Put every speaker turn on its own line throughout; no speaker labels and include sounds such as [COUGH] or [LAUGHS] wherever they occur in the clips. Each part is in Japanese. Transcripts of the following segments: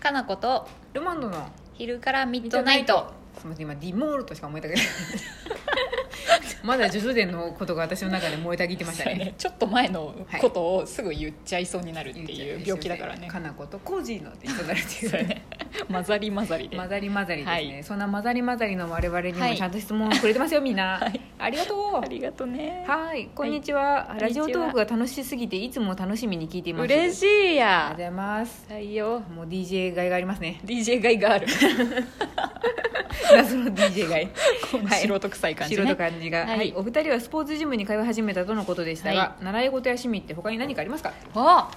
かなこと
ロマンドの
昼からミッドナイト
すみません今ディモールとしか思えたけど [LAUGHS] まだジュズデンのことが私の中で燃えたぎってましたね
ちょっと前のことをすぐ言っちゃいそうになるっていう病気だからね
かなことコージーのって言いそうになるってい
そう
う [LAUGHS]
ね混ざり混ざりで
混ざり混ざりですね、
はい
そんな混ざり混ざりの我々に
は
も
い
ちゃんと質問くれてますよみんな、
はい
ありがと
あ
う
りがとうね
はいこんにちは、
い
ラジオトーク
こ
が楽しすぎていつも楽しみに聞いています
嬉しい
ありがとう
や
ございます
採用
もう DJ 買いがありますね
DJ がいがある
謎の
[LAUGHS]
DJ 買い
この素人臭い感じ
素人
ね
感じが、
はい
はいお二人はスポーツジムに通い始めたとのことでしたが、
は
習い事や趣味って他に何かありますか
あ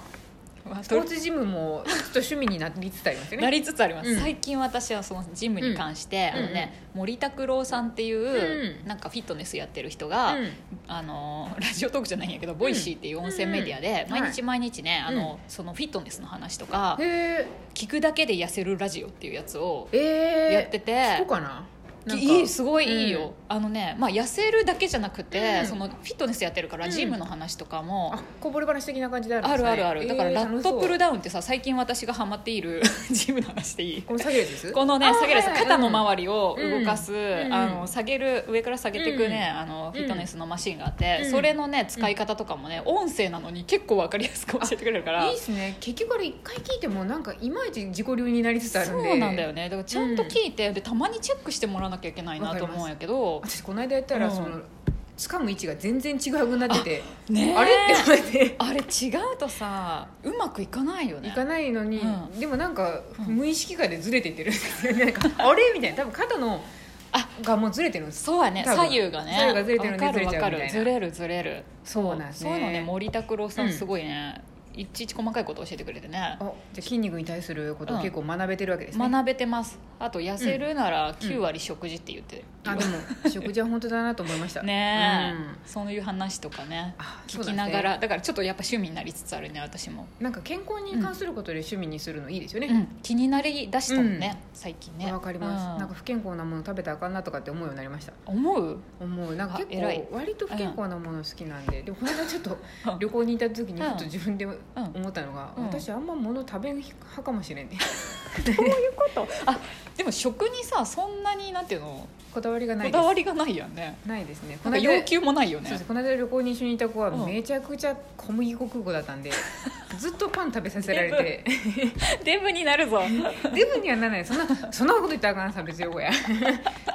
スポーツジムもちょっと趣味になりつつあります
[LAUGHS]
よ
な
ね
りつつあります、
うん
最近私はそのジムに関して、
うん
あのね、森拓郎さんっていう、
うん
なんかフィットネスやってる人が、
うん
あのラジオトークじゃないんやけど、ボイシーっていう音声メディアで、
うん
毎日毎日ね、
はい
あのそのフィットネスの話とか、
へ
聞くだけで痩せるラジオっていうやつを
ええ
やってて、
そうかななんか
いいすごいいいよ、
うん
あのね、まあ、痩せるだけじゃなくて、
うん
そのフィットネスやってるからジムの話とかも、
あこぼれ話的な感じであるん
あ
です
る
ね
あるある、だから
えー
ラット
楽しそう
プルダウンってさ最近私がハマってい
[LAUGHS]
るジムの話でいい
この下げるやつです
この
あ
ね
ー
下げるやつ
はいはい
肩の周りを動かす、
うん
あ
うん
の下げる上から下げていくね、あのフィットネスのマシンがあって、
うん
それのね使い方とかもね音声なのに結構わかりやすく教えてくれるから
いいですね結局あれ一回聞いてもなんかいまいち自己流になりつつあるんで
そうなんだよねだからちゃんと聞いて、でたまにチェックしてもらわなきゃいけないなと思うんやけど
私この間やったら
うん
その掴む位置が全然違うくなってて
ねえ
あれって思って
[LAUGHS] あれ違うとさうまくいかないよね
いかないのに
う
でもなんか
うん
無意識下でずれてってるんです
[LAUGHS]
よねなんかあれみたいな多分肩の
あ
がもうずれてるんです
そうやね
多分
左右がね
左右がずれてるので
わかるわかる
ずれちゃうみたいな
ずれるずれる
そうなんですね
そういうのね森拓郎さ
うんん
すごいね、いちいち細かいこと教えてくれてね
あじゃあ筋肉に対することを結構学べてるわけですね
学べてますあと痩せるなら9割食事って言ってる、
あでも食事は本当だなと思いまし
[LAUGHS]
た
ねえ、
うん
そういう話とかね
あ
聞きなが
そう
らだからちょっとやっぱ趣味になりつつあるね私も、
なんか健康に関することで趣味にするのいいですよ
う
ね、
ん、気になりだしたもんね、最近ね
わかります、
うん
なんか不健康なもの食べたらあかんなとかって思うようになりました
思う
思うなんか
あ
結
偉い
構割と不健康なもの好きなんで、でもこの間ちょっ
[LAUGHS]
と旅行に行った時にちょっと自分で思ったのが、
うん
私あんま物食べん派かもしれんね [LAUGHS]
ことあでも食にさそんなになんていうの
こだわりがな
こ
いで
だ
す
わりがないやんね
ないですね
なんか要求もないよね
そうですこの間旅行に一緒にいた子は
うん
めちゃくちゃ小麦粉空港だっ
[LAUGHS]
たんで、ずっとパン食べさせられて
デブになるぞ
[LAUGHS] デブにはならないそんなそんなこと言ったらあかんさ別に
[LAUGHS]
横や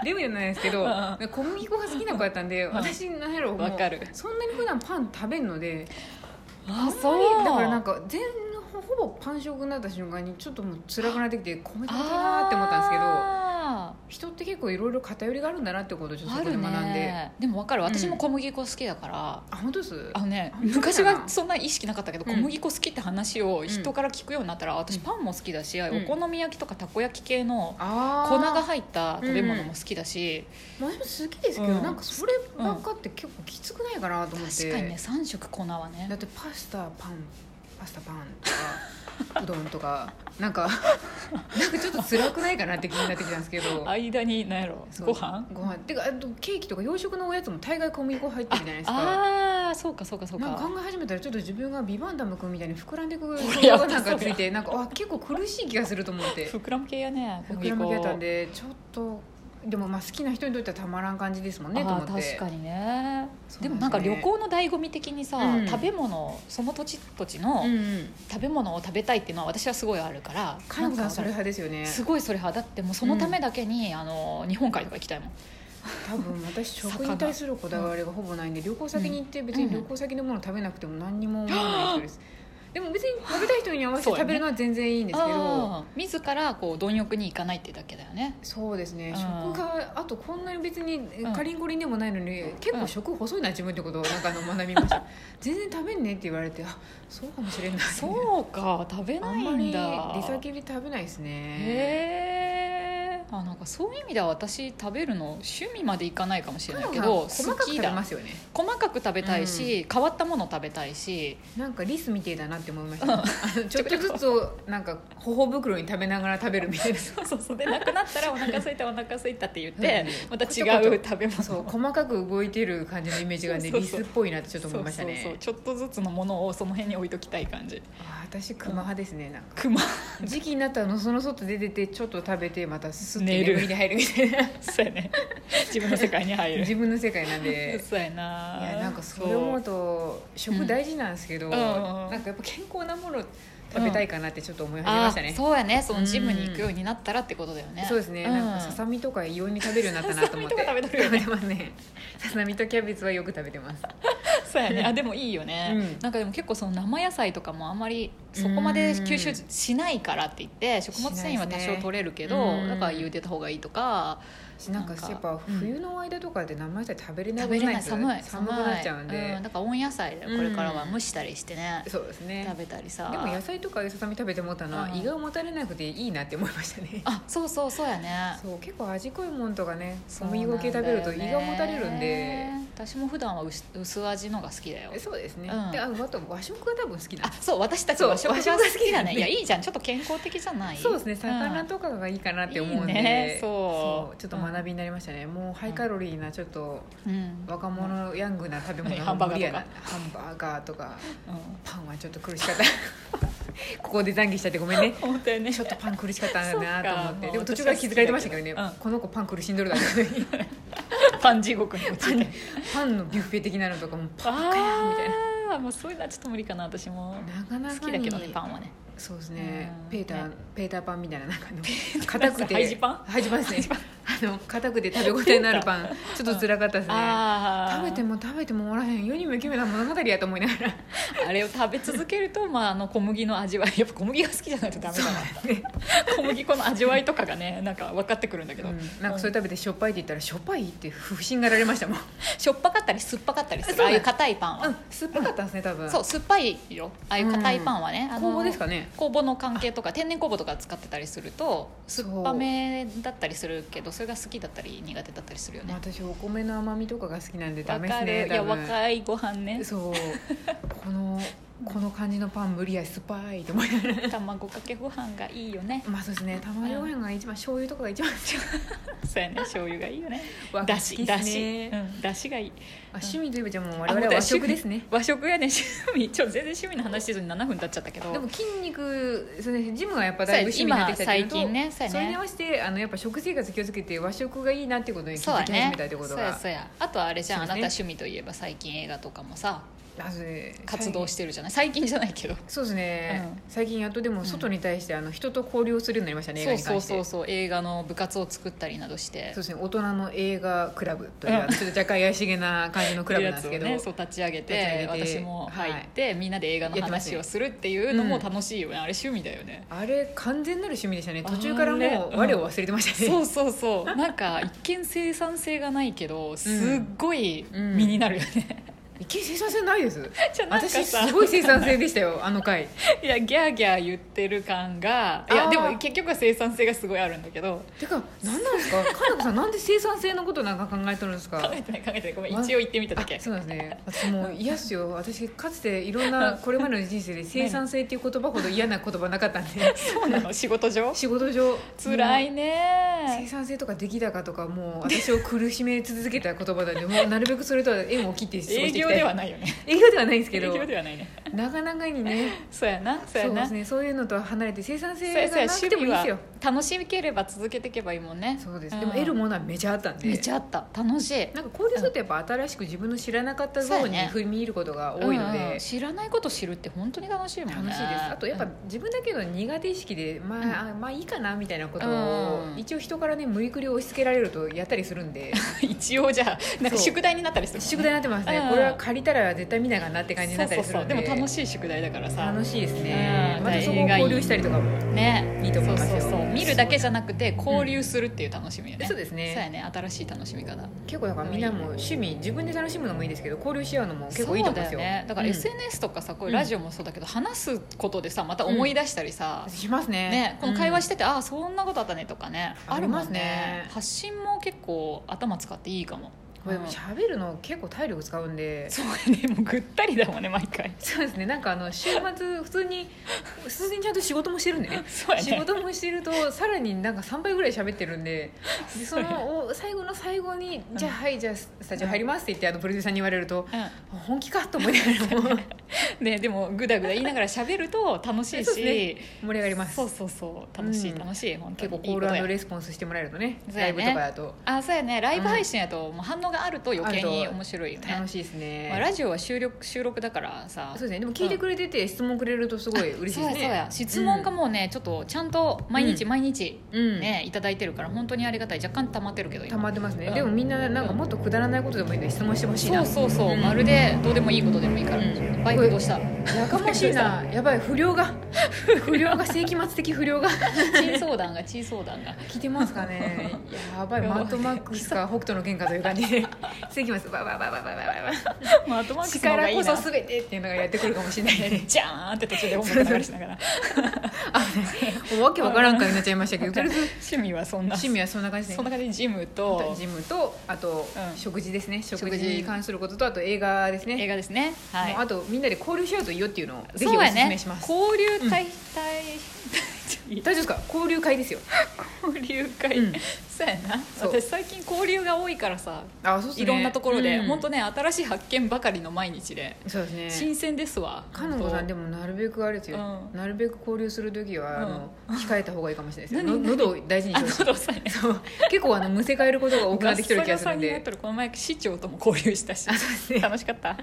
デブにはならないですけど
う
小麦粉が好きな子だったんで
ん
私なんやろもう
わかる
そんなに普段パン食べんので
あ
そうだからなん
か
か全ほぼパン食になった瞬間にちょっともう辛くなってきて米食べたいなーって思ったんですけど人って結構いろいろ偏りがあるんだなってことをちょっと
あ
そこで
る
学んであ,、
ねでもわかる
うん
私も小麦粉好きだから、
本当です
あのね
あそうだな
昔はそんな意識なかったけど
う
小
ん
麦粉好きって話を人から聞くようになったら、私パンも好きだし、
ん
お好み焼きとかたこ焼き系の
あー
粉が入った食べ物も好きだし、
私も好きですけど、
うん
なんかそればっかって結構きつくないかなと思って、
確かにね3色粉はね
だってパスタパンパスタパンとかうどん
[LAUGHS]
とかなんかなんかちょっと辛くないかなって気になってきたんですけど
間に何やろ
そう
ご飯
ご飯てかあとケーキとか洋食のおやつも大概小麦粉入ってるじゃないですか
ああーそうかそうかそう
なん
か
か考え始めたらちょっと自分がビバンダム君みたいに膨らんでいく
そ
想
りゃ
像がなんかついてなんかあ結構苦しい気がすると思って
膨らむ系やね小
膨
麦
ら
粉
む系だったんでちょっとでもまあ好きな人にとってはたまらん感じですもんねと
あ
思
あ
って
確かにね
そうなんです
で
ね
もなんか旅行の醍醐味的にさ、
うん
食べ物その土地土地の
うんうん
食べ物を食べたいっていうのは私はすごいあるから、
カン
な
さ
ん
んそれ派ですよね
すごいそれ派だってもうそのためだけに、あの日本海とか行きたいもん
多分私食に対するこだわりがほぼないんで旅行先に行って別に旅行先のもの食べなくても何にも思わない人です、でも別に食べたい人に合わせて食べるのは全然いいんですけど
あー自らこう貪欲に行かないってだけだよね
そうですね
うん
食があとこんなに別に
ん
かりんこりんでもないのに結構食細いな自分ってことをなんかあの学びました
[LAUGHS]
全然食べんねって言われてあそうかもしれない
そうか食べ
あ
ない
んまり
んだ
出先で食べないですね
へえあなんかそういう意味では私食べるの趣味までいかないかもしれないけ
まあ
ど
細かく
好
食
き
べ
だ
ますよね
細かく食べたいし、変わったもの食べたいし
なんかリスみてえだなって思いました、あのちょっとずつをなんか頬袋に食べながら食べる
[LAUGHS]
みたい
[LAUGHS]
な
そうそうそうでなくなったらお腹空いたお腹空いたって言っ
う
て
んうん
また違う食べ物
そう細かく動いてる感じのイメージがね
そうそう
リ
そう
スっぽいなってちょっと
そう
思いまし
そう
たね
そうちょっとずつのものをその辺に置いときたい感じ
あ私クマ派ですねなんか
熊
時期になったらのその外出ててちょっと食べてまたすって
寝る
眠りに入るみた
[LAUGHS]
いな
[LAUGHS] そうやね [LAUGHS] 自分の世界に入る
自分の世界な
[LAUGHS]
んで
そうやない
やなんかそれ思うと食大事なんですけど、
ん
なんかやっぱ健康なもの食べたいかなってちょっと思い始めま
あ
したね、
そうやねそのジムに行くようになったらってことだよね
そうですね、なんかささみとか異様に食べるようになったなと思って
ささみとか食べてるよね
食べてますね [LAUGHS] ささみとキャベツはよく食べてます
そうやねあでもいいよね、
うん
なんかでも結構その生野菜とかもあんまりそこまで吸収しないからって言って食物繊維は多少取れるけど、
しないですねうん
だから茹でた方がいいとか
なんか
なんか
やっぱ冬の間とかで生野菜食べれない
食べれない
こと
寒
で
い
す寒くなっちゃうんで、
だから温野菜だよこれからは
うん
蒸したりしてね、
そうですね
食べたりさ
でも野菜とかあゆささみ食べてもったのは
うん
胃がもたれなくていいなって思いましたね
あそうそうそうやね
そう結構味濃いもんとかね小
そう
麦
な
粉
んだ
系
よ
食べると胃
ね
がもたれるんで
私も普段は薄薄味のが好きだよ
そうですね、
うん
でああと和食が多分好きだ
あそう私たちは食
そう
が
和
好
食が
き
好き
だ
だ
ね
ね
いやいいじゃんちょっと健康的じゃない
そうですね魚
うん
とかがいいかなって思うんで、
いいねそう
ちょっと学びになりましたね、もうハイカロリーなちょっと
うん
若者ヤングな食べ物
ハンバーガーとか
無理やなハンバーガーとか
うん
パンはちょっと苦し
[LAUGHS]
かったここで懺悔しちゃってごめんね
本当やね
ちょっとパン苦しかったなと思
そっ
っ
か
て
もう
でも途中から気づかれてましたけどね、
私は好きだけどうん
この子パン苦しんどるだろうな
[LAUGHS] パン地獄に陥って
パンのビュッフェ的なのとかもパンかやみたいな
あーもうそういうのはちょっと無理かな私も
なかなか
好きだけどねパンはね
そうですね
うん
ペーター、
ね
ペーターパンみたいななんか
[LAUGHS]
あの硬くて
ハイジパン
ハイジパンですねあの硬くて食べ応えのあるパ
[LAUGHS]
ンちょっと辛かったですね
あ
食べて
も
も食べても終わらへん世にも奇妙な物語やと思いながら
あれを食べ続けると、まあ、あの小麦の味わいやっぱ小麦が好きじゃないとダメだな、小麦粉の味わいとかがねなんか分かってくるんだけど、
うんなんかそれ食べてしょっぱいって言ったらしょっぱいって不審がられましたもん、う
しょっぱかったり酸っぱかったりす
そ
るあ
うな
あ
ん
いう硬いパンは、
ん、酸っぱかったんですね多分
そう酸っぱいよああいう硬いパンはね、あの
工房ですかね
酵母の関係とか天然酵母とか使ってたりすると
そう
酸っぱめだったりするけどそれが好きだったり苦手だったりするよね
私お米の甘みとかが好きなんでダ
わ
メで
か
す
る、
ね
いや
多分
若いご飯ね
そうこのこの感じのパン無理や酸っぱいと思いながら [LAUGHS]
卵かけご飯がいいよね
まあそうですね卵ご飯が一番醤油とかが一番
そうやね醤油がいいよね
和
だ
好
し
きで
だ
す
し、
ね
うん、だしがいい
あ趣味といえばじゃあもう
あ
我々は和食ですね
和食やね趣味ちょ全然趣味の話せずに7分経っちゃったけど
でも筋肉そうですねジムがやっぱだいぶ趣味になってきたっていうのと
そうや今最近ねそうやね
それに合わせてあのやっぱ食生活気をつけて和食がいいなってことに気
そうや
づき始
ね
めたってこと
そうや
が、
そうやあとあれじゃん、あ
そ
な
うです
た
ね
趣味といえば最近映画とかもさ
あそれ
活動
最近
してるじゃない最近じゃないけど
そうですね、
うん
最近やっとでも外に対してあの人と交流をするようになりましたね映
そ
画
うそう
に関して
そうそう映画の部活を作ったりなどして
そうですね大人の映画クラブという、ちょっと若干怪しげな感じのクラブなんですけど、
やつをね、そう立ち上げて
立ち上げて
私も入って、みんなで映画の
やってます
話
ね
をするっていうのも楽しいよね、あれ趣味だよね
あれ完全なる趣味でしたね
あれ
途中からもう我を忘れてましたね、
そうそうそうなんか一見生産性がないけどすっごい身になるよね、
一見生産性ないです
じゃあ [LAUGHS] なんかさ
私すごい生産性でしたよあの回
いやギャーギャー言ってる感がい
あ
や
ー
でも結局は生産性がすごいあるんだけど
てか何なんですかかなこさんなんで生産性のことなんか考えとるんです
考
か
えてない考えてないごめん
わ
一応言ってみただけ
あそうなんですね私もう嫌っすよ私かつていろんなこれまでの人生で生産性っていう言葉ほど嫌な言葉なかったん
[LAUGHS]
で
そうなの仕事上
仕事上
辛いう
も生
ね
産性とか出来高とかもう私を苦しめ続けた言
[LAUGHS]
葉なんでもうなるべくそれとは縁を切って過ごして
営
いき
業
たい
ではないよね
営業ではないんですけ
営
ど
業ではないね
なかなかにね
そうやな [LAUGHS] そうや
そうで
な
すねそういうのとは離れて生産
そうや
性
そう
が
や
なく
趣
てもい
味
いで
は
すよ
楽しければ続けていけばいいもんね
そうです
ん
でも得るものはめちゃあったんで
めっちゃあった楽しい
なんか交流するとやっぱ新しく自分の知らなかったゾ
そ
ー
う
ンに
やね
踏み入ることが多いの
うんうん
で
知らないこと知るって本当に楽しいもんね
楽しいですあとやっぱ自分だけの苦手意識でまああまあいいかなみたいなことを
うん
一応人からね無理くり押し付けられるとやったりするんで
うん一応じゃあなんか
そう
宿題になったりするもんね
宿題になってますね
うん
これは借りたら絶対見ながらなって感じになったりする
そうそうそうでも楽
い
しい宿題だからさ
楽しいですね
うん
またそこ
映画いい
交流したりとかも
ね
いいと思いますよ
そうそうそう見るだけじゃなくて交流するっていう楽しみよね、
そうですね
そうやね新しい楽しみ方
結構だからみんなも趣味自分で楽しむのもいいですけど交流し合うのも結構いいと思いますよ
そうだよねだから
うん
SNS とかさ、こういうラジオもそうだけど話すことでさまた思い出したりさ、
しますね、
ね、この会話しててて、ああそんなことあったねとかね
あ
あ
り
る
ま
も
す
ん
ね
ね発信も結構頭使っていいかも
うんこれでも喋るの結構体力使うんで
そうやねもうぐったりだもんね毎回
そうですねなんかあの週末普通に普通にちゃんと仕事もしてるんでね
そうや
仕
ね
事もしてるとさらになんか3倍ぐらい喋ってるんででそのお最後の最後に「じゃあはいじゃあスタジオ入ります」って言ってあのプロデューサーに言われると「本気か?」と思いな
[LAUGHS]
がらも
うん、ねでもぐだぐだ言いながら喋ると楽しい
そうで
し
盛り上がります
そうそうそう楽しい、
うん
楽しい本当
結
に
構
いい
コー
ことや
ルレスポンスしてもらえるとね
そう
ラ
や
イ
ね
ブとかだと
あそうやねライブ配信やと、もう反応があると余計に
あると
面白いよね
楽しいですね、
まあ、ラジオは収録収録だからさ
そうですねでも聞いてくれてて質問くれるとすごい嬉しい
そうやそう
ですね、
や質問がもうね、ちょっとちゃんと毎日
う
毎日、
うん
ねいただいてるから本当にありがたい若干溜まってるけど
溜
今
まってますね、
うん
でもみんななんかもっとくだらないことでもいいんで質問してほしい
そ
な
うそうそう、
うん
まるでどうでもいいことでもいいから、
うん
バイクどうした
やかましいなやばい不良が不良が世紀末的不良が
チー相談がチー相
[LAUGHS]
談が
来てますかねやばいマッドマックスか北斗の拳かという感じ
[LAUGHS]
で世紀末ババババババババ
まあ後回し
力こそ
す
全てっていうのがやってくるかもしれないね
じゃーんって途中で音楽流れしながら
もうわけわからんかになっちゃいましたけどとりあえず
[LAUGHS] 趣味はそんな
趣味はそんな感じです
そん
ね
な感じでジムと
ジムとあと
うん
食事ですね食
食
事
事
に関することとあと映画ですね
映画ですねはい
もうあとみんなで交流し合うといいよっていうのをぜひ
そ
お
う
勧
やね
めします、
交流会対、
大丈夫ですか交流
[LAUGHS]
会ですよ
交流会、
うん
そうやな
そう
私最近交流が多いからさ
あそうですね
いろんなところで、
うん
本当ね新しい発見ばかりの毎日で、
そうですね
新鮮ですわ
かのこさんでもなるべくあれですよ、
う
なるべく交流する時は、あの控えた方がいいかもしれないですね
何何
喉を大事に
あ
してほしい
喉さえね
そう [LAUGHS] 結構あのむせ返ることが多くなってきてる気がす
さ
る
ん
ん
になっ
で
とるこの前市長とも交流したし
あそうですね
楽しかった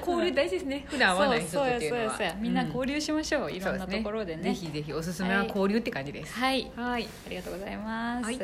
交流大事ですね普段会わない人とってい
そうや
うのは
そうやそうやみんな
う
交流しましょう、いろんな
そう
と
す
ころでね
ぜひぜひおすすめは交流って感じです
はい
はい
ありがとうございます、
はい